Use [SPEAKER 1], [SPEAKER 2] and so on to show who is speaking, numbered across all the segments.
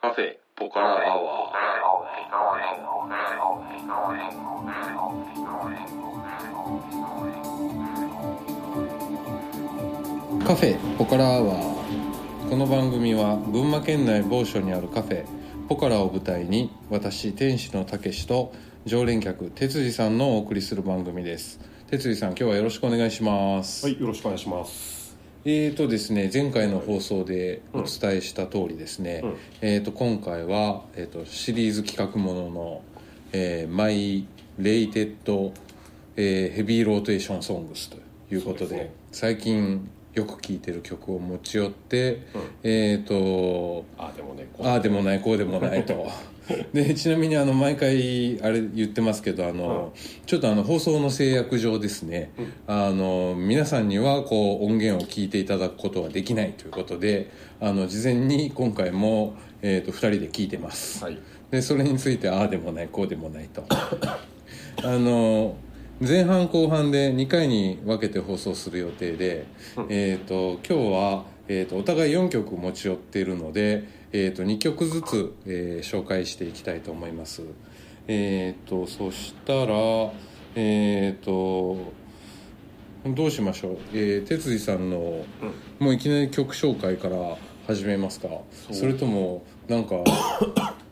[SPEAKER 1] カフェポカラアワーカフェポカラアワーこの番組は群馬県内某所にあるカフェポカラを舞台に私店主のたけしと常連客哲司さんのお送りする番組です哲司さん今日はよろしくお願いします、
[SPEAKER 2] はい、よろしくお願いします。
[SPEAKER 1] えーとですね、前回の放送でお伝えした通りですね、
[SPEAKER 2] うん
[SPEAKER 1] えー、と今回は、えー、とシリーズ企画ものの、えーマイ・レイテッド、えーヘビー・ローテーション・ソングスということで
[SPEAKER 2] そうですね
[SPEAKER 1] 最近よく聴いてる曲を持ち寄って、
[SPEAKER 2] うん
[SPEAKER 1] えっ、と
[SPEAKER 2] あ、でもね、こう
[SPEAKER 1] ああでもないこうでもない とでちなみにあの毎回あれ言ってますけどあの、ちょっとあの放送の制約上ですね、あの皆さんにはこう音源を聞いていただくことはできないということであの事前に今回も、えー、と2人で聞いてます、
[SPEAKER 2] はい、
[SPEAKER 1] でそれについてああでもないこうでもないとあの前半後半で2回に分けて放送する予定で、えー、と今日は、えー、とお互い4曲持ち寄っているので、えー、と2曲ずつ、えー紹介していきたいと思いますえっ、とそしたらえっ、とどうしましょう、えー、哲司さんの、もういきなり曲紹介から始めますか
[SPEAKER 2] う
[SPEAKER 1] それともなん か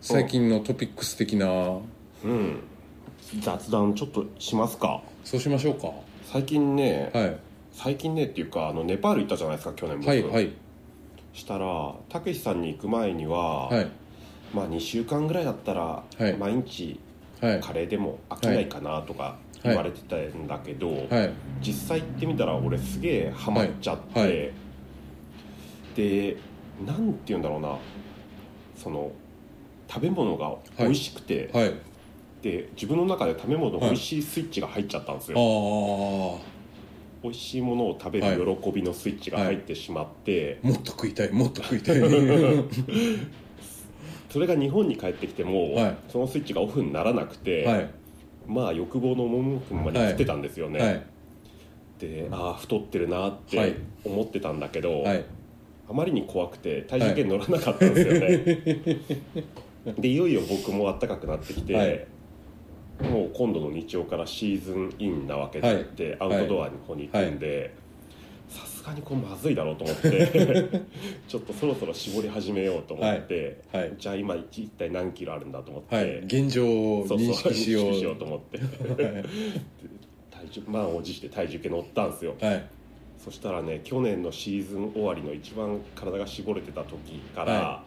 [SPEAKER 1] 最近のトピックス的な
[SPEAKER 2] うん、雑談ちょっとしますか。
[SPEAKER 1] そうしましょうか
[SPEAKER 2] 最近ね、
[SPEAKER 1] はい
[SPEAKER 2] 最近ねっていうか、あのネパール行ったじゃないですか、去年僕。
[SPEAKER 1] はいはい
[SPEAKER 2] したら、たけしさんに行く前には、
[SPEAKER 1] はい
[SPEAKER 2] まあ2週間ぐらいだったら、
[SPEAKER 1] はい
[SPEAKER 2] 毎日
[SPEAKER 1] はい
[SPEAKER 2] カレーでも飽きないかなとか言われてたんだけど、
[SPEAKER 1] はい
[SPEAKER 2] 実際行ってみたら俺すげえハマっちゃって、
[SPEAKER 1] はいは
[SPEAKER 2] でなんて言うんだろうなその食べ物が美味しくて、
[SPEAKER 1] はい
[SPEAKER 2] で自分の中で食べ物
[SPEAKER 1] はい
[SPEAKER 2] 美味しいスイッチが入っちゃったんですよ、
[SPEAKER 1] ああ
[SPEAKER 2] 美味しいものを食べる喜びのスイッチが入ってしまって、
[SPEAKER 1] もっと食いたいもっと食い たいは
[SPEAKER 2] それが日本に帰ってきても、
[SPEAKER 1] はい
[SPEAKER 2] そのスイッチがオフにならなくて、
[SPEAKER 1] い
[SPEAKER 2] まあ欲望の赴くまで食ってたんですよね、
[SPEAKER 1] はい
[SPEAKER 2] でああ太ってるなっ
[SPEAKER 1] はい
[SPEAKER 2] て思ってたんだけど、
[SPEAKER 1] はい
[SPEAKER 2] あまりに怖くて体重計乗らなかったんですよね、でいよいよ僕も暖かくなってきて、
[SPEAKER 1] はい
[SPEAKER 2] もう今度の日曜からシーズンインなわけ
[SPEAKER 1] はい
[SPEAKER 2] で、でアウトドアの方に行くんでさすがにこれまずいだろうと思って ちょっとそろそろ絞り始めようと思って、
[SPEAKER 1] はい
[SPEAKER 2] じゃあ今一体何キロあるんだと思って、
[SPEAKER 1] はい現状を
[SPEAKER 2] そうそう
[SPEAKER 1] 認識しよう
[SPEAKER 2] 認識と思って体重満を持して体重計乗ったんですよ
[SPEAKER 1] はい
[SPEAKER 2] そしたらね去年のシーズン終わりの一番体が絞れてた時から、
[SPEAKER 1] は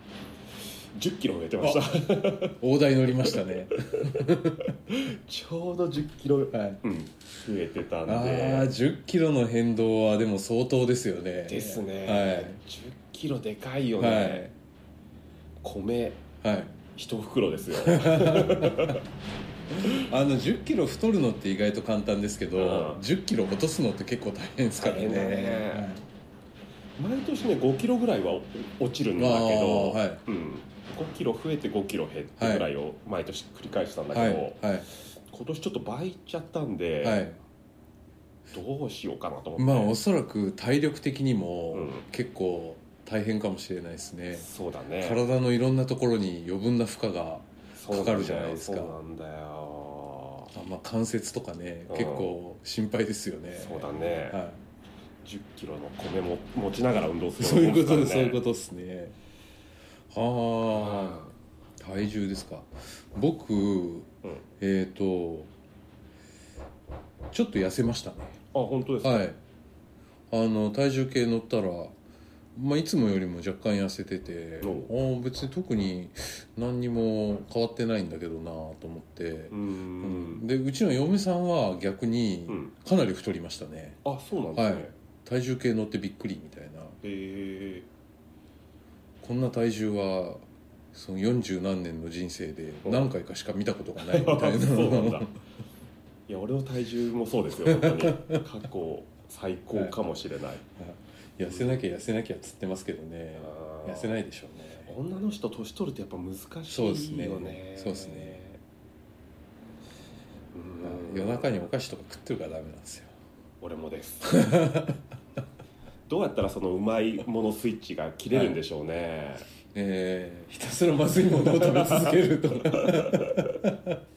[SPEAKER 2] 10キロ増えてました
[SPEAKER 1] 大台乗りましたね
[SPEAKER 2] ちょうど10キロ、
[SPEAKER 1] はい
[SPEAKER 2] うん、増えてたん
[SPEAKER 1] ああ1
[SPEAKER 2] で
[SPEAKER 1] 0キロの変動はでも相当ですよね
[SPEAKER 2] ですね、
[SPEAKER 1] は
[SPEAKER 2] 10キロでかいよ
[SPEAKER 1] い
[SPEAKER 2] ね、
[SPEAKER 1] はい
[SPEAKER 2] 米
[SPEAKER 1] はい
[SPEAKER 2] 一 袋ですよ
[SPEAKER 1] あの1 0キロ太るのって意外と簡単ですけど、
[SPEAKER 2] うん
[SPEAKER 1] 1 0キロ落とすのって結構大変ですからね
[SPEAKER 2] 大変だね毎年ね5キロぐらいはお落ちるんだけど、
[SPEAKER 1] はい
[SPEAKER 2] うん、5キロ増えて5キロ減ってぐらいを毎年繰り返してたんだけ
[SPEAKER 1] は
[SPEAKER 2] ど、
[SPEAKER 1] いはい
[SPEAKER 2] 今年ちょっと倍いっちゃったんで、
[SPEAKER 1] はい、はい
[SPEAKER 2] どうしようかなと思って、
[SPEAKER 1] まあおそらく体力的にも
[SPEAKER 2] うん
[SPEAKER 1] 結構大変かもしれないですね、
[SPEAKER 2] そうだね
[SPEAKER 1] 体のいろんなところに余分な負荷が、かかるじゃないですか
[SPEAKER 2] そうなんだよ
[SPEAKER 1] あまあ、関節とかね
[SPEAKER 2] うん
[SPEAKER 1] 結構心配ですよね
[SPEAKER 2] そうだね、
[SPEAKER 1] は
[SPEAKER 2] 10キロの米も持ちながら運動す
[SPEAKER 1] い、
[SPEAKER 2] る
[SPEAKER 1] そういうこと
[SPEAKER 2] で
[SPEAKER 1] です、そういうこととですねはあ体重ですか僕、えっ、とちょっと痩せましたね
[SPEAKER 2] あ本当ですか、
[SPEAKER 1] はいあの体重計乗ったら、まあ、いつもよりも若干痩せててあー別に特に何にも変わってないんだけどなと思って
[SPEAKER 2] うー、ん
[SPEAKER 1] でうちの嫁さんは逆に
[SPEAKER 2] うん
[SPEAKER 1] かなり太りましたね、
[SPEAKER 2] あそうなんですね、
[SPEAKER 1] はい体重計乗ってびっくりみたいな
[SPEAKER 2] え
[SPEAKER 1] こんな体重はその40何年の人生で何回かしか見たことがないみ
[SPEAKER 2] ー、
[SPEAKER 1] たいな
[SPEAKER 2] そうなんだいや俺の体重もそうですよ本当に過去最高かもしれない、
[SPEAKER 1] 痩せなきゃ痩せなきゃっつってますけどね痩せ
[SPEAKER 2] い
[SPEAKER 1] ないでしょうね
[SPEAKER 2] 女の人年取るとやっぱ難しい
[SPEAKER 1] そうですね
[SPEAKER 2] よね
[SPEAKER 1] そうですね
[SPEAKER 2] うーん
[SPEAKER 1] 夜中にお菓子とか食ってるからダメなんですよ
[SPEAKER 2] 俺もです どうやったらそのうまいものスイッチが切れるんでしょうね、
[SPEAKER 1] えーひたすらまずいものを食べ続けると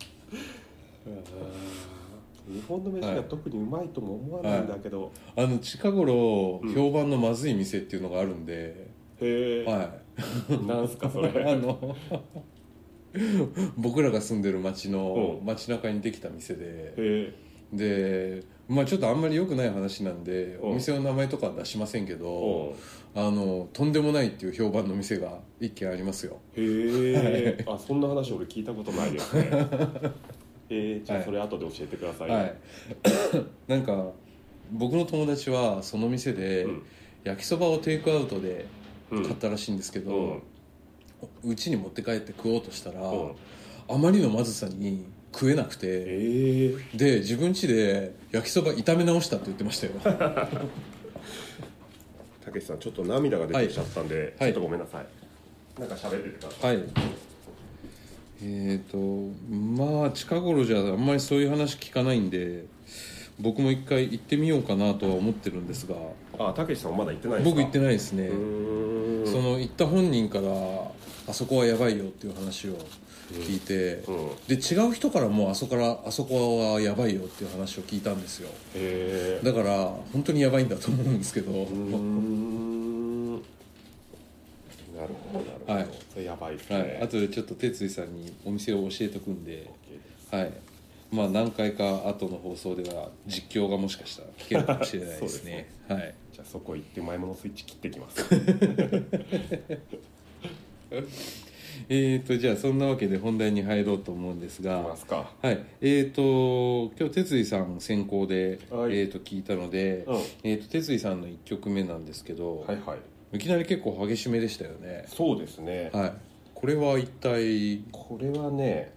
[SPEAKER 2] 日本の飯が特にうまいとも思わないんだけど、
[SPEAKER 1] あの近頃
[SPEAKER 2] うん
[SPEAKER 1] 評判のまずい店っていうのがあるんで、
[SPEAKER 2] へえ、
[SPEAKER 1] は
[SPEAKER 2] なんすかそれ
[SPEAKER 1] いあの 僕らが住んでる町の
[SPEAKER 2] うん
[SPEAKER 1] 街中にできた店で、
[SPEAKER 2] へ
[SPEAKER 1] でまあちょっとあんまり良くない話なんで、
[SPEAKER 2] うん
[SPEAKER 1] お店の名前とかは出しませんけ
[SPEAKER 2] え
[SPEAKER 1] ど、
[SPEAKER 2] うん
[SPEAKER 1] あのとんでもないっていう評判の店が一軒ありますよ
[SPEAKER 2] へえ、あそんな話俺聞いたことないです ねえー、じゃあそれ後で教えてください、
[SPEAKER 1] はい なんか僕の友達はその店で
[SPEAKER 2] うん
[SPEAKER 1] 焼きそばをテイクアウトで
[SPEAKER 2] うん
[SPEAKER 1] 買ったらしいんですけ
[SPEAKER 2] う
[SPEAKER 1] ど、
[SPEAKER 2] ん
[SPEAKER 1] うちに持って帰って食おうとしたら、
[SPEAKER 2] うん
[SPEAKER 1] あまりのまずさに食えなくて
[SPEAKER 2] ええ
[SPEAKER 1] で自分家で焼きそば炒め直したって言ってま したよ
[SPEAKER 2] たけしさんちょっと涙が出てきちゃったんで、
[SPEAKER 1] はい
[SPEAKER 2] ちょっとごめんなさい、なんか喋っててください
[SPEAKER 1] はいえっ、とまあ近頃じゃあんまりそういう話聞かないんで僕も一回行ってみようかなとは思ってるんですが
[SPEAKER 2] あたけしさんまだ行ってないですか
[SPEAKER 1] 僕行ってないですね、
[SPEAKER 2] うーん
[SPEAKER 1] その行った本人からあそこはやばいよっていう話を聞いて、
[SPEAKER 2] うん
[SPEAKER 1] で違う人からもあそこからあそこはやばいよっていう話を聞いたんですよ
[SPEAKER 2] へえ
[SPEAKER 1] だから本当にやばいんだと思うんですけど、
[SPEAKER 2] うーんなるほどなるほど、
[SPEAKER 1] はい
[SPEAKER 2] それやばいですね、
[SPEAKER 1] はい、あとでちょっと哲司さんにお店を教えとくんで、
[SPEAKER 2] OK です
[SPEAKER 1] はいまあ、何回か後の放送では実況がもしかしたら聞けるかもしれないですねはい
[SPEAKER 2] じゃあそこ行って前ものスイッチ切ってきます
[SPEAKER 1] えー、とじゃあそんなわけで本題に入ろうと思うんです
[SPEAKER 2] い
[SPEAKER 1] が
[SPEAKER 2] ますか
[SPEAKER 1] はい、えっ、と今日哲司さん先行で、
[SPEAKER 2] はい
[SPEAKER 1] えっ、と聞いたので、
[SPEAKER 2] うん
[SPEAKER 1] えっ、と哲司さんの1曲目なんですけど、
[SPEAKER 2] はいはい
[SPEAKER 1] い、きなり結構激しめでしたよね。
[SPEAKER 2] そうですね、
[SPEAKER 1] はい。これは一体
[SPEAKER 2] これはね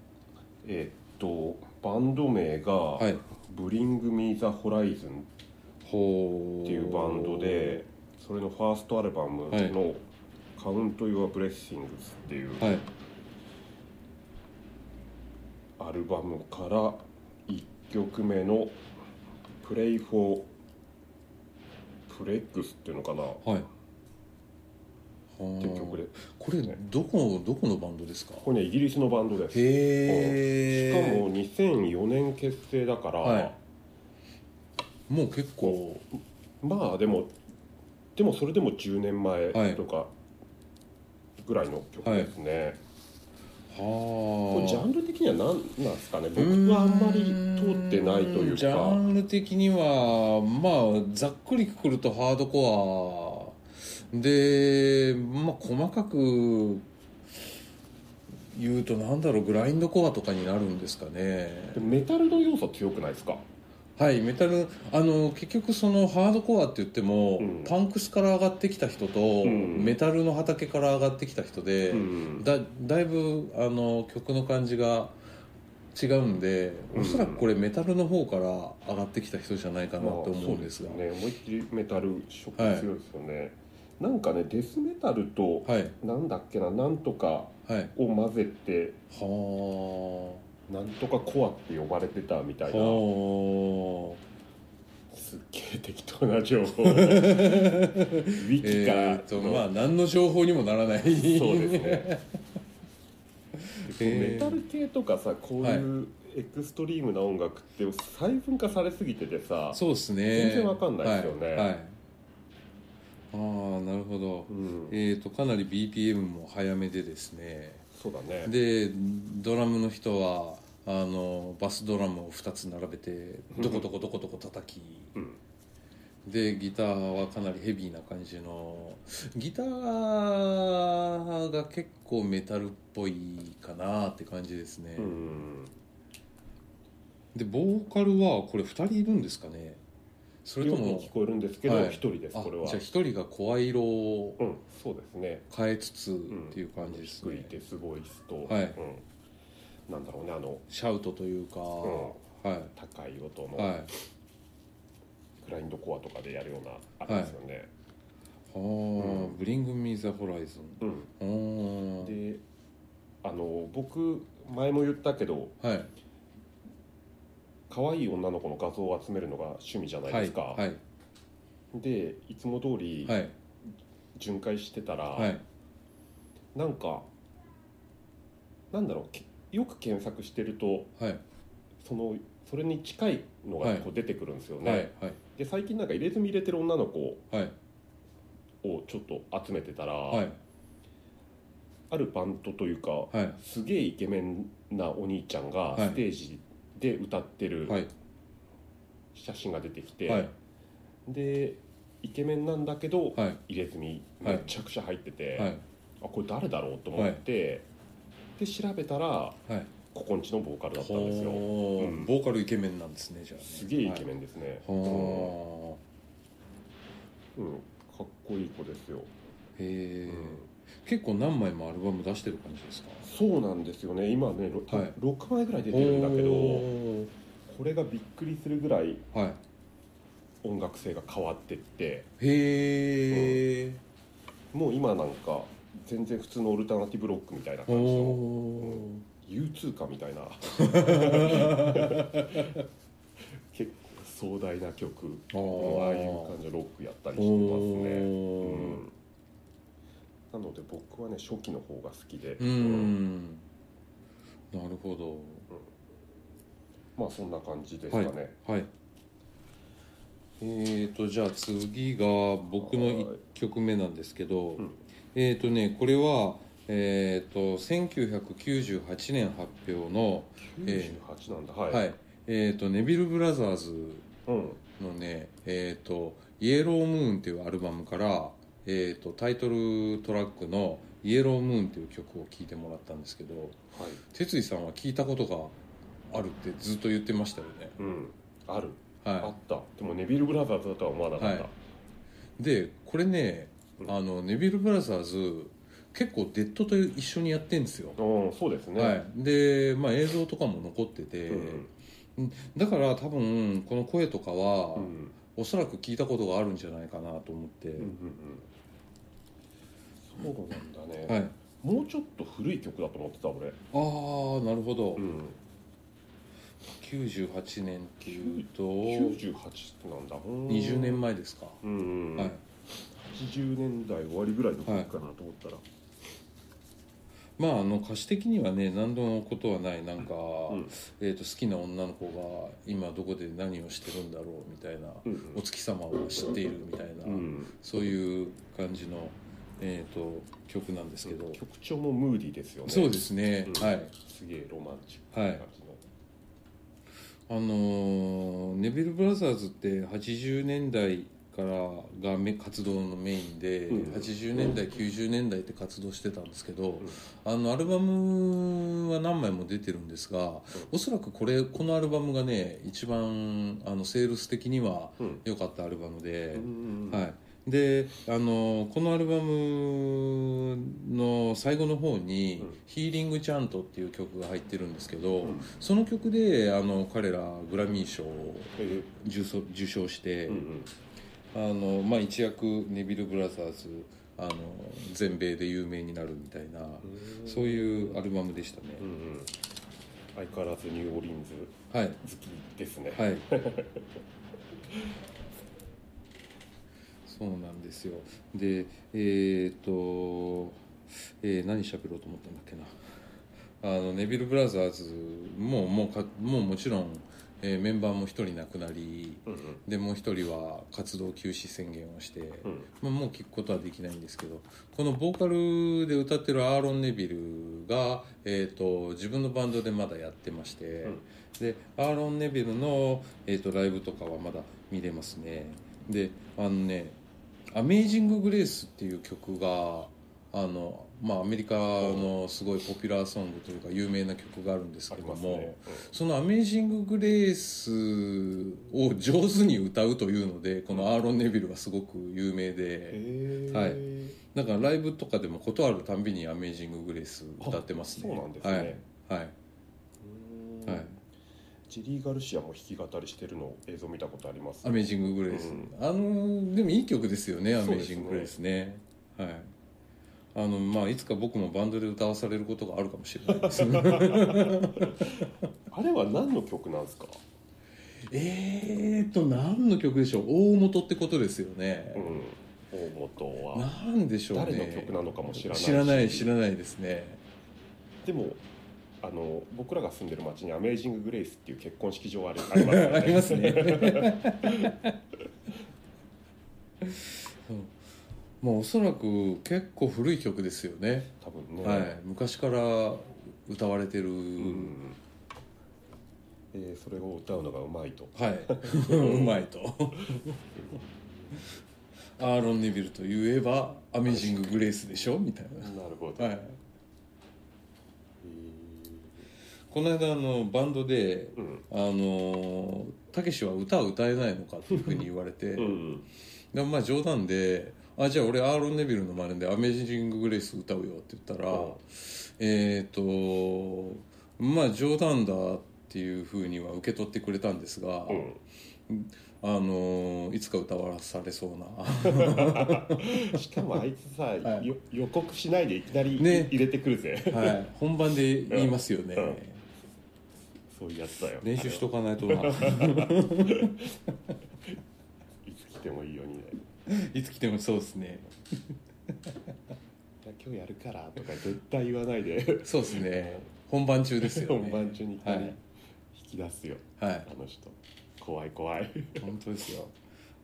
[SPEAKER 2] えっとバンド名が、
[SPEAKER 1] はい。
[SPEAKER 2] ブリング・ミー・ザ・ホライズン
[SPEAKER 1] ほ
[SPEAKER 2] っていうバンドでそれのファーストアルバム
[SPEAKER 1] はい
[SPEAKER 2] の「カウント・ユア・ブレッシングス」っていう
[SPEAKER 1] はい
[SPEAKER 2] アルバムから1曲目の「プレイ・フォー・プレックス」っていうのかなっ
[SPEAKER 1] はい。は
[SPEAKER 2] ていう曲でこ
[SPEAKER 1] これどこどこのバンドですか。
[SPEAKER 2] れねイギリスのバンドです
[SPEAKER 1] へ
[SPEAKER 2] し
[SPEAKER 1] え。
[SPEAKER 2] かも2004年結成だから、
[SPEAKER 1] はいもう結構
[SPEAKER 2] まあでもでもそれでも10年前とかぐらいの曲ですね、
[SPEAKER 1] は
[SPEAKER 2] これジャ
[SPEAKER 1] あ。
[SPEAKER 2] ンル的には何なんですかね僕はあんまり通ってないとい
[SPEAKER 1] ーん
[SPEAKER 2] うか
[SPEAKER 1] ジャンル的にはまあざっくりくくるとハードコアでまあ細かく言うとなんだろうグラインドコアとかになるんですかね
[SPEAKER 2] メタルの要素強くないですか
[SPEAKER 1] はいメタルあの結局そのハードコアって言っても、
[SPEAKER 2] うん
[SPEAKER 1] パンクスから上がってきた人と、
[SPEAKER 2] ん
[SPEAKER 1] メタルの畑から上がってきた人で、
[SPEAKER 2] うん
[SPEAKER 1] だだいぶあの曲の感じが違うんで、
[SPEAKER 2] うん
[SPEAKER 1] おそらくこれメタルの方から上がってきた人じゃないかなと思うんですが、
[SPEAKER 2] まあそうね思いっきりメタル色強
[SPEAKER 1] はいい
[SPEAKER 2] ですよね、なんかねデスメタルと
[SPEAKER 1] はい
[SPEAKER 2] なんだっけななんとか
[SPEAKER 1] はい
[SPEAKER 2] を混ぜて
[SPEAKER 1] は
[SPEAKER 2] なんとかコアって呼ばれてたみ
[SPEAKER 1] あ
[SPEAKER 2] たいな
[SPEAKER 1] は
[SPEAKER 2] すっげえ適当な 情報ウィ
[SPEAKER 1] あ
[SPEAKER 2] キから
[SPEAKER 1] えー、とまあ何の情報にもならないそう
[SPEAKER 2] そう ですね
[SPEAKER 1] へー
[SPEAKER 2] メタル系とかさこういうエクストリームな音楽って細分化されすぎててさ、
[SPEAKER 1] そうですね
[SPEAKER 2] 全然わかんないですよね
[SPEAKER 1] はい、はい、ああなるほど
[SPEAKER 2] うん、
[SPEAKER 1] えー、とかなり BPM も早めでですね
[SPEAKER 2] そうだね
[SPEAKER 1] でドラムの人はあのバスドラムを2つ並べてどこどこどこどこ叩き
[SPEAKER 2] うん
[SPEAKER 1] でギターはかなりヘビーな感じのギターが結構メタルっぽいかなって感じですね、
[SPEAKER 2] うん
[SPEAKER 1] でボーカルはこれ2人いるんですかねそれと
[SPEAKER 2] よく
[SPEAKER 1] も
[SPEAKER 2] 聞こえるんですけど一、
[SPEAKER 1] はい
[SPEAKER 2] 人です
[SPEAKER 1] あ
[SPEAKER 2] これは
[SPEAKER 1] じゃあ1人が声色を
[SPEAKER 2] うんそうですね
[SPEAKER 1] 変えつつっていう感じです
[SPEAKER 2] 低い
[SPEAKER 1] ね、
[SPEAKER 2] デスボイスと、
[SPEAKER 1] はい
[SPEAKER 2] うん、なんだろうねあの、
[SPEAKER 1] シャウトというか、
[SPEAKER 2] う
[SPEAKER 1] は
[SPEAKER 2] 高い音
[SPEAKER 1] いは
[SPEAKER 2] の
[SPEAKER 1] い
[SPEAKER 2] グラインドコアとかでやるようなあれですよね、
[SPEAKER 1] あー、
[SPEAKER 2] う
[SPEAKER 1] ブリング・ミー・ザ・ホライゾン
[SPEAKER 2] う
[SPEAKER 1] おお
[SPEAKER 2] ん、であの僕前も言ったけど
[SPEAKER 1] はい
[SPEAKER 2] 可愛い女の子の画像を集めるのが趣味じゃない
[SPEAKER 1] は
[SPEAKER 2] で
[SPEAKER 1] い
[SPEAKER 2] すか、
[SPEAKER 1] はい
[SPEAKER 2] でいつも通り
[SPEAKER 1] はい
[SPEAKER 2] 巡回してたら、
[SPEAKER 1] はい
[SPEAKER 2] なんかなんだろうよく検索してると
[SPEAKER 1] はい
[SPEAKER 2] そのそれに近いのがこ
[SPEAKER 1] は
[SPEAKER 2] う出てくるんですよね、
[SPEAKER 1] はいはい
[SPEAKER 2] で最近なんか入れ墨入れてる女の子
[SPEAKER 1] はい
[SPEAKER 2] をちょっと集めてたら、
[SPEAKER 1] はい
[SPEAKER 2] あるバンドというか、
[SPEAKER 1] はい
[SPEAKER 2] すげえイケメンなお兄ちゃんが
[SPEAKER 1] はい
[SPEAKER 2] ステージで歌ってる
[SPEAKER 1] はい
[SPEAKER 2] 写真が出てきて、
[SPEAKER 1] はい
[SPEAKER 2] でイケメンなんだけど、
[SPEAKER 1] はい
[SPEAKER 2] 入れ墨
[SPEAKER 1] はい
[SPEAKER 2] めちゃくちゃ入ってて、
[SPEAKER 1] はい
[SPEAKER 2] あこれ誰だろうと思って、で調べたら、
[SPEAKER 1] はい
[SPEAKER 2] ここんちのボーカルだったんですよ
[SPEAKER 1] ほー
[SPEAKER 2] うん
[SPEAKER 1] ボーカルイケメンなんですねじゃあね
[SPEAKER 2] すげえイケ
[SPEAKER 1] ン
[SPEAKER 2] メンですね、
[SPEAKER 1] は
[SPEAKER 2] うんうんかっこいい子ですよ、
[SPEAKER 1] あへえ
[SPEAKER 2] うん
[SPEAKER 1] 結構何枚もアルバム出してる感じですか
[SPEAKER 2] そうなんですよね今ね 6,、
[SPEAKER 1] はい
[SPEAKER 2] 六枚ぐらい出てるんだけどこ
[SPEAKER 1] ほ
[SPEAKER 2] れがびっくりするぐらい
[SPEAKER 1] ーは
[SPEAKER 2] 音楽性が変わってって
[SPEAKER 1] いへえ
[SPEAKER 2] もう今なんか全然普通のオルタナティブロックみたいな
[SPEAKER 1] お
[SPEAKER 2] 感じの
[SPEAKER 1] お
[SPEAKER 2] U2 かみたいな結構壮大な曲
[SPEAKER 1] あー
[SPEAKER 2] ああいう感じのロックやったりしてますね、う
[SPEAKER 1] お
[SPEAKER 2] ん、なので僕はね初期の方が好きで、
[SPEAKER 1] ーうんなるほど
[SPEAKER 2] まあそんな感じですかね、
[SPEAKER 1] はいえーとじゃあ次が僕の1曲目なんですけど、
[SPEAKER 2] うん
[SPEAKER 1] えーとねこれはえーと1998年発表のえ
[SPEAKER 2] 98なんだはい、
[SPEAKER 1] はい、えーとネビル・ブラザーズ
[SPEAKER 2] うん
[SPEAKER 1] のねえーと「イエロームーン」っていうアルバムから、えー、とタイトルトラックの「イエロームーン」っていう曲を聴いてもらったんですけど
[SPEAKER 2] はい
[SPEAKER 1] 哲井さんは聞いたことがあるってずっと言ってましたよね
[SPEAKER 2] うんある、あ
[SPEAKER 1] は
[SPEAKER 2] ったでもネビル・ブラザーズだとは思わなかった、
[SPEAKER 1] はいいでこれね
[SPEAKER 2] うん
[SPEAKER 1] あのネビル・ブラザーズ結構デッドと一緒にやってんですよ、
[SPEAKER 2] うんそうですね、
[SPEAKER 1] はい、で、まあ、映像とかも残ってて、
[SPEAKER 2] うん
[SPEAKER 1] だから多分この声とかは、
[SPEAKER 2] うん
[SPEAKER 1] おそらく聞いたことがあるんじゃないかなと思って、
[SPEAKER 2] うんうんうんそうなんだね、
[SPEAKER 1] はい、あ
[SPEAKER 2] もうちょっと古い曲だと思ってた俺、
[SPEAKER 1] あーなるほど、
[SPEAKER 2] うん、
[SPEAKER 1] 98年っていうと
[SPEAKER 2] 98なんだ
[SPEAKER 1] 20年
[SPEAKER 2] 前
[SPEAKER 1] 前ですか、
[SPEAKER 2] うんうん、
[SPEAKER 1] はい、
[SPEAKER 2] 80年代終わりぐらいの曲かなと思ったら、
[SPEAKER 1] まああの歌詞的にはね何のことはないなんか、
[SPEAKER 2] ん
[SPEAKER 1] えー、と好きな女の子が今どこで何をしてるんだろうみたいな、
[SPEAKER 2] うん
[SPEAKER 1] お月様を知っているみたいな、
[SPEAKER 2] うん
[SPEAKER 1] そういう感じの、えー、と曲なんですけど、
[SPEAKER 2] 曲調もムーディーですよね
[SPEAKER 1] そうですね、
[SPEAKER 2] うん
[SPEAKER 1] はい
[SPEAKER 2] すげえロマンチック
[SPEAKER 1] は
[SPEAKER 2] ない感じの、
[SPEAKER 1] あのーネビル・ブラザーズって80年代からがめ活動のメインで、
[SPEAKER 2] うん
[SPEAKER 1] 80年代、90年代って活動してたんですけど、
[SPEAKER 2] ん
[SPEAKER 1] あのアルバムは何枚も出てるんですが、おそらくこれこのアルバムがね一番あのセールス的には
[SPEAKER 2] うん
[SPEAKER 1] 良かったアルバムで
[SPEAKER 2] う、ん
[SPEAKER 1] はい、であのこのアルバムの最後の方に
[SPEAKER 2] うん
[SPEAKER 1] 「ヒーリング・チャント」っていう曲が入ってるんですけど、
[SPEAKER 2] うん
[SPEAKER 1] その曲であの彼らグラミー賞を
[SPEAKER 2] え
[SPEAKER 1] 受賞受賞して、
[SPEAKER 2] ーうん
[SPEAKER 1] あのまあ、一躍ネビル・ブラザーズあの全米で有名になるみたいな、
[SPEAKER 2] うん
[SPEAKER 1] そういうアルバムでしたね
[SPEAKER 2] う、んうん、相変わらずニューオリンズ
[SPEAKER 1] はい
[SPEAKER 2] 好きですね、
[SPEAKER 1] はい そうなんですよでえっ、と、えー何喋ろうと思ったんだっけなあのネビル・ブラザーズももうかもうもちろん、えーメンバーも1人亡くなり
[SPEAKER 2] うんうん
[SPEAKER 1] でもう1人は活動休止宣言をして、
[SPEAKER 2] うん
[SPEAKER 1] まあ、もう聞くことはできないんですけどこのボーカルで歌ってるアーロン・ネビルが、えー、と自分のバンドでまだやってまして、
[SPEAKER 2] うん
[SPEAKER 1] でアーロン・ネビルの、えー、とライブとかはまだ見れますねであのね「アメイジング・グレース」っていう曲があの、まあ、アメリカのすごいポピュラーソングというか有名な曲があるんです
[SPEAKER 2] あ
[SPEAKER 1] け
[SPEAKER 2] り
[SPEAKER 1] ど
[SPEAKER 2] ます
[SPEAKER 1] も、
[SPEAKER 2] ね、
[SPEAKER 1] その「アメイジング・グレース」を上手に歌うというのでこのアーロン・ネビルはすごく有名で
[SPEAKER 2] え
[SPEAKER 1] はいなんかライブとかでも事あるたんびに「アメイジング・グレース」歌ってますね
[SPEAKER 2] そうなんですね、
[SPEAKER 1] はい、はい、
[SPEAKER 2] うーん
[SPEAKER 1] はい
[SPEAKER 2] ジェリー・ガルシアも弾き語りしてるの映像見たことあります
[SPEAKER 1] アメイジング・グレース、
[SPEAKER 2] うん
[SPEAKER 1] あのでもいい曲ですよね「ア
[SPEAKER 2] そう
[SPEAKER 1] メ
[SPEAKER 2] で
[SPEAKER 1] イ
[SPEAKER 2] すね
[SPEAKER 1] ジング・グレースね」はいあのまあいつか僕もバンドで歌わされることがあるかもしれないですね
[SPEAKER 2] あれは何の曲なんですか、
[SPEAKER 1] えーと何の曲でしょう大元ってことですよね、
[SPEAKER 2] うん、大本は
[SPEAKER 1] なんでしょうね
[SPEAKER 2] 誰の曲なのかも知らないし
[SPEAKER 1] 知らない知らないですね
[SPEAKER 2] でもあの僕らが住んでる町に「アメージング・グレイス」っていう結婚式場 はありありますよ
[SPEAKER 1] ありますね そうまあおそらく結構古い曲ですよね
[SPEAKER 2] 多分ね、
[SPEAKER 1] はい、昔から歌われてる、
[SPEAKER 2] うんえーそれを歌うのがうまいと
[SPEAKER 1] はい うまいとアーロン・ネビルといえば「アメージング・グレース」でしょみたい
[SPEAKER 2] なるほど、
[SPEAKER 1] な、はい、
[SPEAKER 2] えー
[SPEAKER 1] この間あのバンドで
[SPEAKER 2] うん
[SPEAKER 1] 「あのーたけしは歌を歌えないのか」っていうふうに言われて、
[SPEAKER 2] うん
[SPEAKER 1] でまあ冗談で「あじゃあ俺アーロン・ネビルの真似で『アメージング・グレイス』歌うよ」って言ったら「
[SPEAKER 2] うん
[SPEAKER 1] えっ、とまあ冗談だ」っていうふうには受け取ってくれたんですが、
[SPEAKER 2] うん
[SPEAKER 1] あのーいつか歌わされそうな
[SPEAKER 2] しかもあいつさ、
[SPEAKER 1] い
[SPEAKER 2] よ予告しないでいきなり、
[SPEAKER 1] ね
[SPEAKER 2] 入れてくるぜ
[SPEAKER 1] はい、本番で言いますよね、
[SPEAKER 2] うんうんそういうやつだよ
[SPEAKER 1] 練習しとかないと な
[SPEAKER 2] いつ来てもいいようにね
[SPEAKER 1] いつ来てもそうですね
[SPEAKER 2] いや今日やるからとか絶対言わないで
[SPEAKER 1] そうですね本番中ですよね
[SPEAKER 2] 本番中にいきなり引き出すよ、
[SPEAKER 1] はい、はい
[SPEAKER 2] あの人怖い 怖い
[SPEAKER 1] 本当ですよ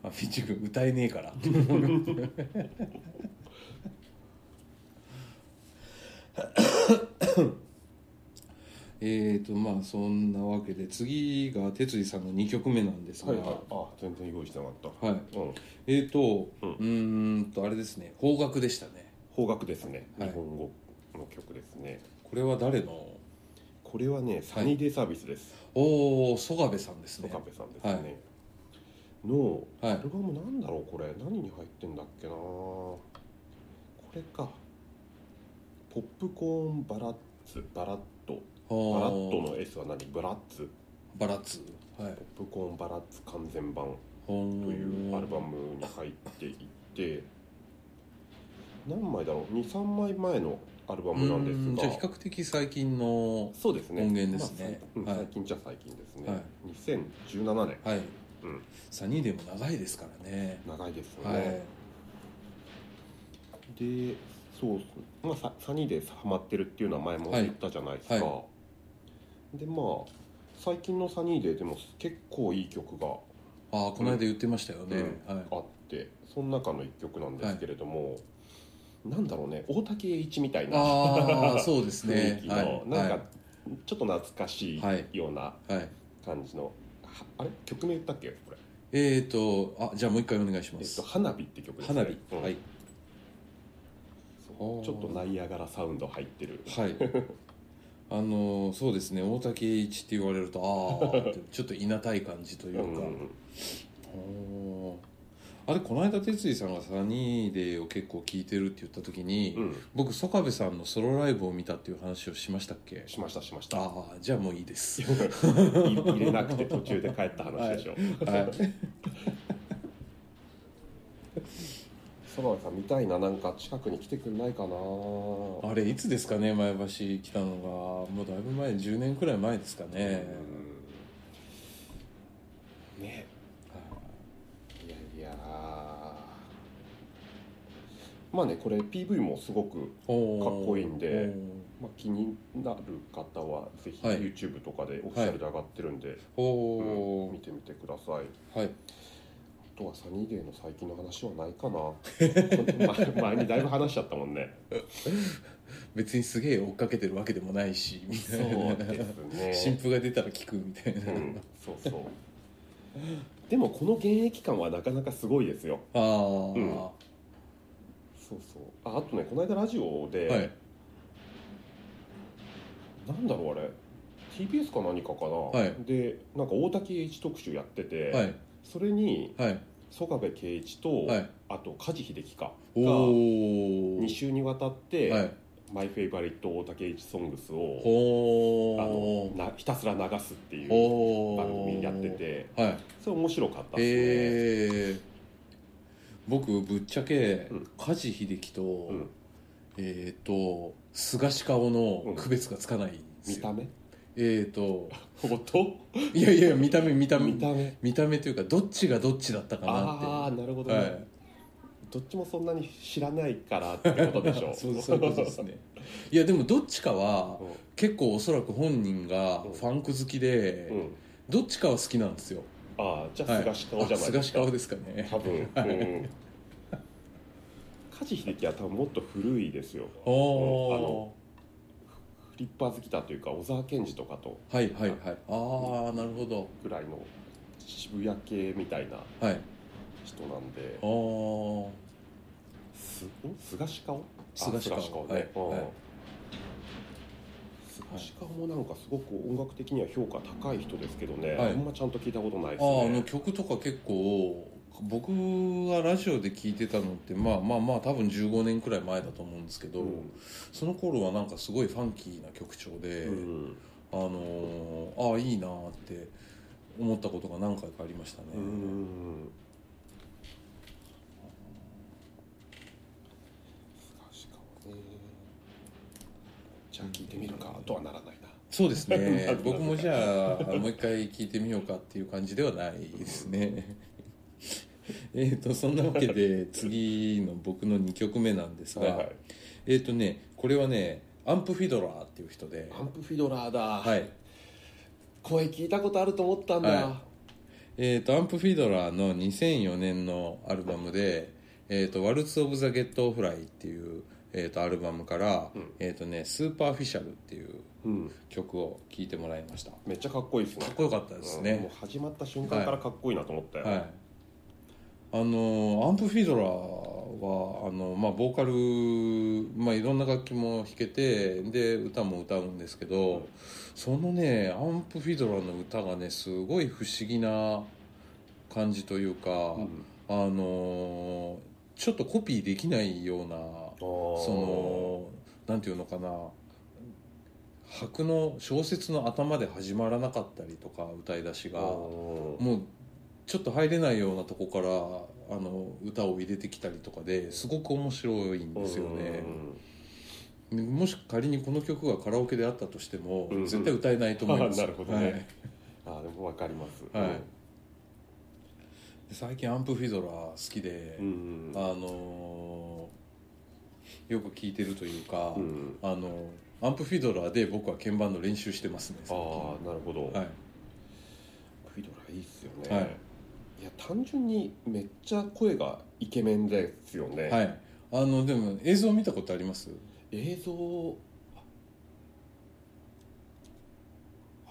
[SPEAKER 1] あフィッチ君歌えねえからえっとまあそんなわけで次が哲二さんの2曲目なんですが、
[SPEAKER 2] あ全然用意してなかった
[SPEAKER 1] はい
[SPEAKER 2] うん
[SPEAKER 1] えっ、とう
[SPEAKER 2] うん
[SPEAKER 1] ーんとあれですね邦楽でしたね
[SPEAKER 2] 邦楽ですね、
[SPEAKER 1] はい
[SPEAKER 2] 日本語の曲ですね
[SPEAKER 1] これは誰の
[SPEAKER 2] これはねサニーデイサービスです
[SPEAKER 1] おお曽我部さんですね
[SPEAKER 2] 岡部さんですね、
[SPEAKER 1] はい
[SPEAKER 2] の
[SPEAKER 1] はい
[SPEAKER 2] アルバムなんだろうこれ何に入ってんだっけなこれかポップコーンバラッツバラット
[SPEAKER 1] お
[SPEAKER 2] バ
[SPEAKER 1] ー
[SPEAKER 2] ラットの S は何ブラッツ
[SPEAKER 1] バラッツはい
[SPEAKER 2] ポップコーンバラッツ完全版
[SPEAKER 1] ほ
[SPEAKER 2] と
[SPEAKER 1] ん
[SPEAKER 2] いうアルバムに入っていて何枚だろう23枚前のアルバムなんです
[SPEAKER 1] うーんじゃあ
[SPEAKER 2] が
[SPEAKER 1] 比較的最近の
[SPEAKER 2] そうですね
[SPEAKER 1] 音源ですね
[SPEAKER 2] ま
[SPEAKER 1] は
[SPEAKER 2] あ
[SPEAKER 1] い
[SPEAKER 2] 最近うん最近じゃ最近ですね、
[SPEAKER 1] はい
[SPEAKER 2] 2017年
[SPEAKER 1] はい、
[SPEAKER 2] うん
[SPEAKER 1] サニーでも長いですからね
[SPEAKER 2] 長いですよね、
[SPEAKER 1] はい
[SPEAKER 2] でそうそう、まあ、ササニーでハマってるっていうのは前も
[SPEAKER 1] はい
[SPEAKER 2] 言ったじゃないですか、
[SPEAKER 1] は
[SPEAKER 2] でまあ最近のサニーデーでも結構いい曲が
[SPEAKER 1] ああこの間言ってましたよね、
[SPEAKER 2] うん
[SPEAKER 1] はい
[SPEAKER 2] あってその中の一曲なんですけれども、なんだろうね大竹栄一みたいな
[SPEAKER 1] ああそうです
[SPEAKER 2] 雰
[SPEAKER 1] ね
[SPEAKER 2] 囲気の、
[SPEAKER 1] はい
[SPEAKER 2] なんかちょっと懐かし
[SPEAKER 1] はい
[SPEAKER 2] いような
[SPEAKER 1] はい、はい、
[SPEAKER 2] 感じの、はあれ曲名言ったっけこれ、
[SPEAKER 1] えっ、ー、とあじゃあもう一回お願いしま
[SPEAKER 2] えっ
[SPEAKER 1] す、
[SPEAKER 2] と、花火って曲ですね
[SPEAKER 1] 花火、
[SPEAKER 2] うん
[SPEAKER 1] はい
[SPEAKER 2] そうちょっとナイアガラサウンド入ってる
[SPEAKER 1] はい あのーそうですね大竹栄一って言われるとああ ちょっといなたい感じといううんか、
[SPEAKER 2] うん
[SPEAKER 1] おーあれこの間哲二さんがサニーデーを結構聴いてるって言った時に、
[SPEAKER 2] うん、
[SPEAKER 1] 僕曽我部さんのソロライブを見たっていう話をしましたっけ
[SPEAKER 2] しましたしました
[SPEAKER 1] ああじゃあもういいです
[SPEAKER 2] い入れなくて途中で帰った話でしょ
[SPEAKER 1] はい
[SPEAKER 2] そばさん見たいななんか近くに来てくんないかな
[SPEAKER 1] あれいつですかね前橋来たのがもうだいぶ前10年くらい前ですかね
[SPEAKER 2] うんねいやいやまあねこれ PV もすごく、
[SPEAKER 1] おー
[SPEAKER 2] かっこいいんで
[SPEAKER 1] お
[SPEAKER 2] まあ、気になる方はぜひ
[SPEAKER 1] はい
[SPEAKER 2] YouTube とかでオフィシャルで上がってるんで、
[SPEAKER 1] ー
[SPEAKER 2] うん
[SPEAKER 1] お
[SPEAKER 2] 見てみてください
[SPEAKER 1] ーはい
[SPEAKER 2] あとはサニーデーの最近の話はないかな 前前にだいぶ話しちゃったもんね
[SPEAKER 1] 別にすげえ追っかけてるわけでもないしみたい
[SPEAKER 2] そう
[SPEAKER 1] な
[SPEAKER 2] ですね。
[SPEAKER 1] 新譜が出たら聞くみたいな、
[SPEAKER 2] うん、そうそう。でもこの現役感はなかなかすごいですよ。
[SPEAKER 1] ああ、
[SPEAKER 2] うんそうそう。あ、あとね、この間ラジオで、
[SPEAKER 1] はい
[SPEAKER 2] なんだろうあれ、TBS か何かかな。
[SPEAKER 1] はい
[SPEAKER 2] で、なんか大竹栄一特集やってて、
[SPEAKER 1] はい
[SPEAKER 2] それに
[SPEAKER 1] はい
[SPEAKER 2] 曽我部圭一と、
[SPEAKER 1] はい
[SPEAKER 2] あと梶秀樹か
[SPEAKER 1] お
[SPEAKER 2] が
[SPEAKER 1] お
[SPEAKER 2] 2週にわたって、
[SPEAKER 1] はい
[SPEAKER 2] マイフェイバリット大竹栄一ソングスをあ
[SPEAKER 1] ほ
[SPEAKER 2] の
[SPEAKER 1] ー
[SPEAKER 2] なひたすら流すっていう
[SPEAKER 1] お
[SPEAKER 2] 番組やってて、
[SPEAKER 1] てはい
[SPEAKER 2] それ面白かったですね。
[SPEAKER 1] えー僕ぶっちゃけ
[SPEAKER 2] うん
[SPEAKER 1] 梶秀樹と、
[SPEAKER 2] うん
[SPEAKER 1] えっ、と菅氏顔の区別がつかないんです
[SPEAKER 2] 見
[SPEAKER 1] よ、
[SPEAKER 2] た目
[SPEAKER 1] えっ、と
[SPEAKER 2] 音
[SPEAKER 1] いやいや見た目見た目
[SPEAKER 2] 見
[SPEAKER 1] 見た
[SPEAKER 2] た目
[SPEAKER 1] 目というかどっちがどっちだったかなって
[SPEAKER 2] ああなるほどね、
[SPEAKER 1] はい
[SPEAKER 2] どっちもそんなに知らないからってことでし ょ
[SPEAKER 1] そうそういうことですねいやでもどっちかは結構おそらく本人がファンク好きで、
[SPEAKER 2] うん、
[SPEAKER 1] どっちかは好きなんですよ
[SPEAKER 2] ああじゃあ菅氏顔じゃない
[SPEAKER 1] ですか、はい、菅氏ですかね
[SPEAKER 2] 多分、うん梶秀樹は多分もっと古いですよ
[SPEAKER 1] あの
[SPEAKER 2] フリッパー好きだというか小沢健二とかと
[SPEAKER 1] はいはいはいああなるほど
[SPEAKER 2] ぐらいの渋谷系みたいな人なんで、
[SPEAKER 1] はい、あ
[SPEAKER 2] あす菅氏顔
[SPEAKER 1] 菅氏
[SPEAKER 2] 顔ね、はいはい、菅氏顔もなんかすごく音楽的には評価高い人ですけどね、あんまちゃんと聞いたことないです
[SPEAKER 1] あ
[SPEAKER 2] ね
[SPEAKER 1] の曲とか結構僕がラジオで聞いてたのってまあまあまあ多分15年くらい前だと思うんですけど、うん、その頃はなんかすごいファンキーな曲調で、うん、あのー、ああいいなって思ったことが何回かありましたね。
[SPEAKER 2] うんじゃあ聞いてみるかとはならないな。
[SPEAKER 1] そうです ね。僕もじゃあもう一回聞いてみようかっていう感じではないですね。 えーとそんなわけで次の僕の2曲目なんですがはい、えっ、ー、とねこれはねアンプフィドラーっていう人で
[SPEAKER 2] アンプフィドラーだ
[SPEAKER 1] はい、
[SPEAKER 2] 声聞いたことあると思ったんだ、はい
[SPEAKER 1] えっ、ー、とアンプフィドラーの2004年のアルバムで「えーと、とワルツ・オブ・ザ・ゲット・フライ」っていう、えーと、とアルバムから、うん、えーとね「スーパーフィシャル」っていう曲を聴いてもらいました、
[SPEAKER 2] めっちゃかっこいいですね
[SPEAKER 1] かっこよかったですね、
[SPEAKER 2] うん、もう始まった瞬間からかっこいいなと思ったよ、
[SPEAKER 1] はい、はいあのアンプフィドラーはあの、まあ、ボーカル、まあ、いろんな楽器も弾けてで歌も歌うんですけど、うん、そのねアンプフィドラーの歌がねすごい不思議な感じというか、うん、あのちょっとコピーできないようなそのなんていうのかな白の小説の頭で始まらなかったりとか歌い出しがもうちょっと入れないようなとこからあの歌を入れてきたりとかですごく面白いんですよね。もし仮にこの曲がカラオケであったとしても、うんうん、絶対歌え ないと思います。
[SPEAKER 2] なるほどね。はい、あでもわかります。
[SPEAKER 1] はい。最近アンプフィドラー好きで、うんうん、あのよく聞いてるというか、うん、あのアンプフィドラーで僕は鍵盤の練習してますね。
[SPEAKER 2] ああなるほど。
[SPEAKER 1] はい。
[SPEAKER 2] フィドラーいいっすよね。はい。いや単純にめっちゃ声がイケメンですよね
[SPEAKER 1] はいあのでも映像見たことあります
[SPEAKER 2] 映像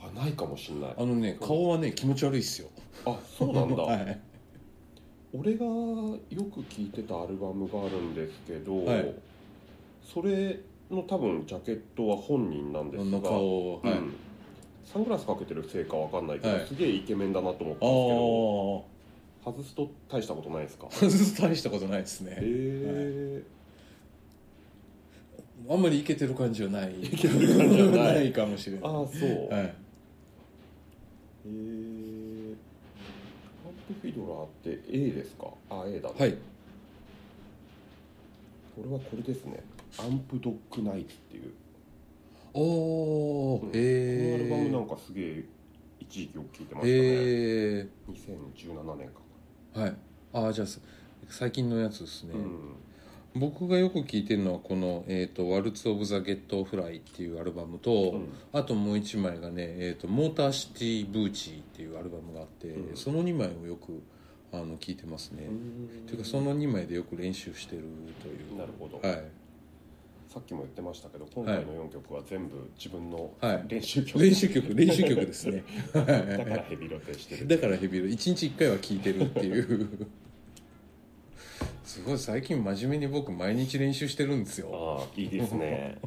[SPEAKER 2] あないかもしんない
[SPEAKER 1] あのね顔はね気持ち悪いっすよ
[SPEAKER 2] あそうなんだ、
[SPEAKER 1] はい、
[SPEAKER 2] 俺がよく聴いてたアルバムがあるんですけど、はい、それの多分ジャケットは本人なんですが、
[SPEAKER 1] 顔、はい、うん
[SPEAKER 2] サングラスかけてるせいかわかんないけど、すげえイケメンだなと思ったんですけど外すと大したことないですか
[SPEAKER 1] 外すと大したことないですね
[SPEAKER 2] え
[SPEAKER 1] えーはい、あんまりいけてる感じはない
[SPEAKER 2] いけてる感じはない
[SPEAKER 1] かもしれない
[SPEAKER 2] ああそう、
[SPEAKER 1] はい、え
[SPEAKER 2] えー、アンプフィドラーって A ですかあ A だね
[SPEAKER 1] はい
[SPEAKER 2] これはこれですねアンプドッグナイツっていう
[SPEAKER 1] おお、うん、え
[SPEAKER 2] えー、このアルバムなんかすげえ一時期よく聞いてましたね、えー、2017年
[SPEAKER 1] かはいああじゃあ最近のやつですね、うん、僕がよく聞いてるのはこの「えーと、とワルツ・オブ・ザ・ゲット・フライ」っていうアルバムと、うん、あともう1枚がね「えーと、とモーター・シティ・ブーチ」っていうアルバムがあって、うん、その2枚をよくあの聞いてますねというかその2枚でよく練習してるという
[SPEAKER 2] なるほど、
[SPEAKER 1] はい
[SPEAKER 2] さっきも言ってましたけど今回の4曲は全部自分の練習曲、
[SPEAKER 1] はい、練習曲練習曲 ですね
[SPEAKER 2] だからヘビロテしてる
[SPEAKER 1] だからヘビロテ1日1回は聴いてるっていう すごい最近真面目に僕毎日練習してるんですよ
[SPEAKER 2] ああいいですね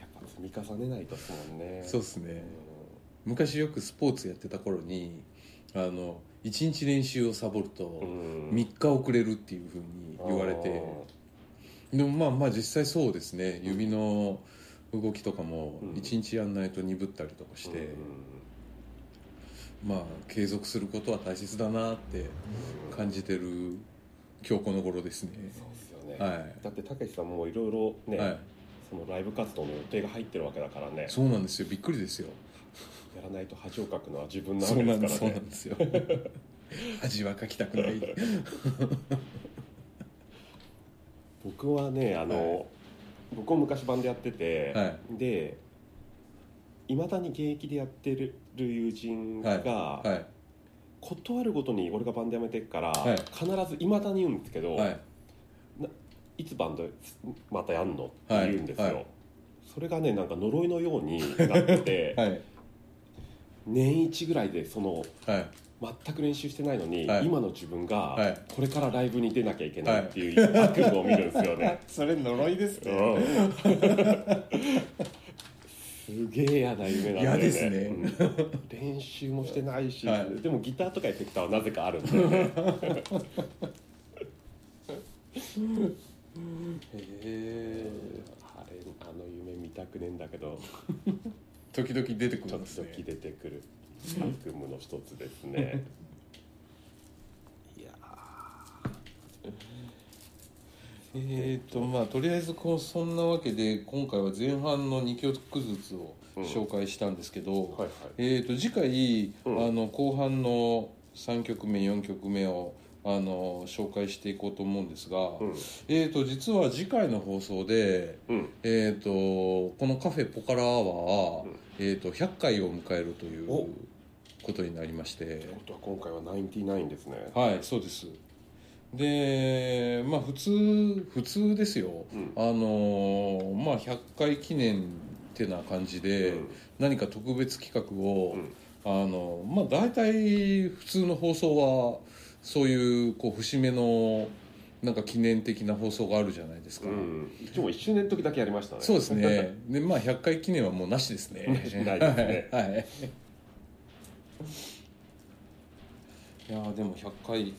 [SPEAKER 2] やっぱ積み重ねないとそうね
[SPEAKER 1] そうですね、うん、昔よくスポーツやってた頃にあの1日練習をサボると3日遅れるっていうふうに言われて、でもまあまあ実際そうですね指の動きとかも1日やんないと鈍ったりとかして、うん、まあ継続することは大切だなって感じてる今日この頃ですね。
[SPEAKER 2] そうですよね、
[SPEAKER 1] はい、
[SPEAKER 2] だってたけしさんもいろいろね、はい、そのライブ活動の予定が入ってるわけだからね
[SPEAKER 1] そうなんですよびっくりですよ
[SPEAKER 2] やらないと恥をかくのは自 分なわけですか
[SPEAKER 1] そう
[SPEAKER 2] らね
[SPEAKER 1] なんですよ恥はかきたくない
[SPEAKER 2] 僕はねあの、
[SPEAKER 1] はい
[SPEAKER 2] 僕も昔バンドやってて、
[SPEAKER 1] はい
[SPEAKER 2] でいまだに現役でやってる友人が、
[SPEAKER 1] はい
[SPEAKER 2] 断るごとに俺がバンドやめてっから、
[SPEAKER 1] はい
[SPEAKER 2] 必ずいまだに言うんですけど、
[SPEAKER 1] はい
[SPEAKER 2] い、つバンドまたやんのって
[SPEAKER 1] はい
[SPEAKER 2] 言うんですよ、
[SPEAKER 1] はい
[SPEAKER 2] それがねなんか呪いのようになって て
[SPEAKER 1] はい
[SPEAKER 2] 年一ぐらいでその
[SPEAKER 1] はい
[SPEAKER 2] 全く練習してないのに、
[SPEAKER 1] はい
[SPEAKER 2] 今の自分が、
[SPEAKER 1] はい
[SPEAKER 2] これからライブに出なきゃいけないっていう悪夢を見るんですよね、
[SPEAKER 1] それ呪いです
[SPEAKER 2] すげえ嫌な夢なんだよね
[SPEAKER 1] 嫌ですね
[SPEAKER 2] うん練習もしてないし、
[SPEAKER 1] はい
[SPEAKER 2] でもギターとかエフェクターはなぜかあるんだよね
[SPEAKER 1] へ
[SPEAKER 2] あれ
[SPEAKER 1] え
[SPEAKER 2] あの夢見たくねえんだけど
[SPEAKER 1] 時々出てくる
[SPEAKER 2] 時
[SPEAKER 1] ん
[SPEAKER 2] 々
[SPEAKER 1] ですね
[SPEAKER 2] 出てくる悪夢の一つですねいや
[SPEAKER 1] えーとまあとりあえずこうそんなわけで今回は前半の2曲ずつを紹介したんですけど、
[SPEAKER 2] ーはいはい
[SPEAKER 1] えー、と次回、
[SPEAKER 2] うん
[SPEAKER 1] あの後半の3曲目4曲目をあの紹介していこうと思うんですが、
[SPEAKER 2] うん
[SPEAKER 1] えー、と実は次回の放送で、
[SPEAKER 2] うん
[SPEAKER 1] えー、とこのカフェポカラアワー、
[SPEAKER 2] うん
[SPEAKER 1] えー、と100回を迎えるという
[SPEAKER 2] お
[SPEAKER 1] ことになりまして
[SPEAKER 2] 本当は今回は99ですね
[SPEAKER 1] はいそうですでまあ普通普通ですよ
[SPEAKER 2] うん
[SPEAKER 1] あのーまあ100回記念ってな感じで、
[SPEAKER 2] うん
[SPEAKER 1] 何か特別企画を、
[SPEAKER 2] うん
[SPEAKER 1] あのまあ大体普通の放送はそういうこう節目のなんか記念的な放送があるじゃないですか、
[SPEAKER 2] うん、いつも1周年の時だけやりましたね
[SPEAKER 1] そうですね でまあ100回記念はもうなしですね
[SPEAKER 2] ないですね
[SPEAKER 1] はい、はい、いやーでも100回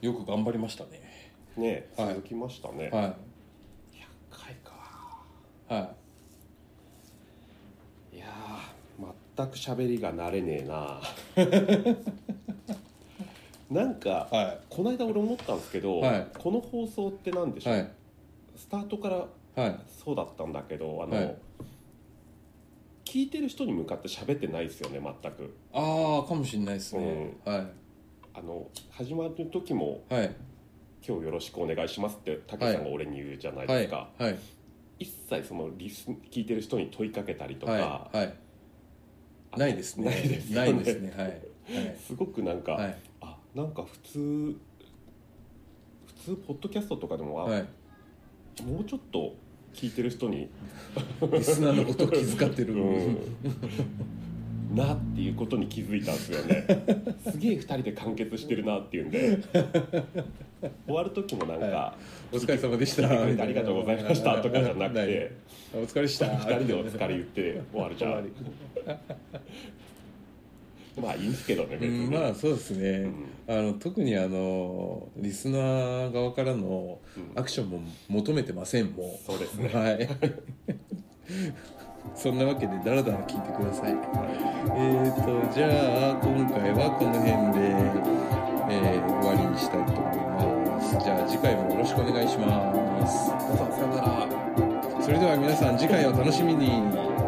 [SPEAKER 1] よく頑張りましたね
[SPEAKER 2] ね
[SPEAKER 1] はい
[SPEAKER 2] 続きましたね、
[SPEAKER 1] は
[SPEAKER 2] 100回か
[SPEAKER 1] いはい
[SPEAKER 2] いやー全く喋りが慣れねえな なんか
[SPEAKER 1] は
[SPEAKER 2] この間俺思ったんですけど、
[SPEAKER 1] はい
[SPEAKER 2] この放送って何でし
[SPEAKER 1] い
[SPEAKER 2] ょう、
[SPEAKER 1] はい
[SPEAKER 2] スタートから
[SPEAKER 1] はい
[SPEAKER 2] そうだったんだけどあの、
[SPEAKER 1] はい
[SPEAKER 2] 聞いてる人に向かって喋ってないですよね全く
[SPEAKER 1] ああかもしれないですね、は
[SPEAKER 2] あの始まる時も
[SPEAKER 1] いはい
[SPEAKER 2] 「今日よろしくお願いします」ってたけさんが俺に言うじゃない
[SPEAKER 1] は
[SPEAKER 2] で
[SPEAKER 1] い
[SPEAKER 2] すか、
[SPEAKER 1] はい
[SPEAKER 2] 一切そのリス聞いてる人に問いかけたりとか、
[SPEAKER 1] はいはい
[SPEAKER 2] あ
[SPEAKER 1] ないですね。
[SPEAKER 2] ないですよ
[SPEAKER 1] な
[SPEAKER 2] ね
[SPEAKER 1] いですね。はい。
[SPEAKER 2] すごくなんか、
[SPEAKER 1] はい。はい。
[SPEAKER 2] あなんか普通普通ポッドキャストとかでも、あ
[SPEAKER 1] はい。
[SPEAKER 2] もうちょっと聞いてる人に、
[SPEAKER 1] リスナーのことを気遣って
[SPEAKER 2] う
[SPEAKER 1] る。
[SPEAKER 2] ん なっていうことに気づいたんですよねすげえ2人で完結してるなっていうんで終わる時もなんか、
[SPEAKER 1] はお疲れ様でした。
[SPEAKER 2] 聞いてくれてありがとうございました」とかじゃな く
[SPEAKER 1] はい
[SPEAKER 2] て
[SPEAKER 1] お疲れした。
[SPEAKER 2] 2人でお疲れ言って終わるじゃん
[SPEAKER 1] 終
[SPEAKER 2] まあいいんですけどね
[SPEAKER 1] わり
[SPEAKER 2] 別
[SPEAKER 1] うん
[SPEAKER 2] に、
[SPEAKER 1] まあ、そうです
[SPEAKER 2] う
[SPEAKER 1] ね。
[SPEAKER 2] ん
[SPEAKER 1] あの、特に、あの、リスナー側からの
[SPEAKER 2] うん
[SPEAKER 1] アクションも求めてません。も
[SPEAKER 2] そうです
[SPEAKER 1] う。
[SPEAKER 2] ね、
[SPEAKER 1] はい。 そんなわけで、だらだら聞いてください。えーと、じゃあ、今回はこの辺で。えー終わりにしたいと思います。じゃあ、次回もよろしくお願いします。
[SPEAKER 2] さよなら
[SPEAKER 1] それでは皆さん次回を楽しみに。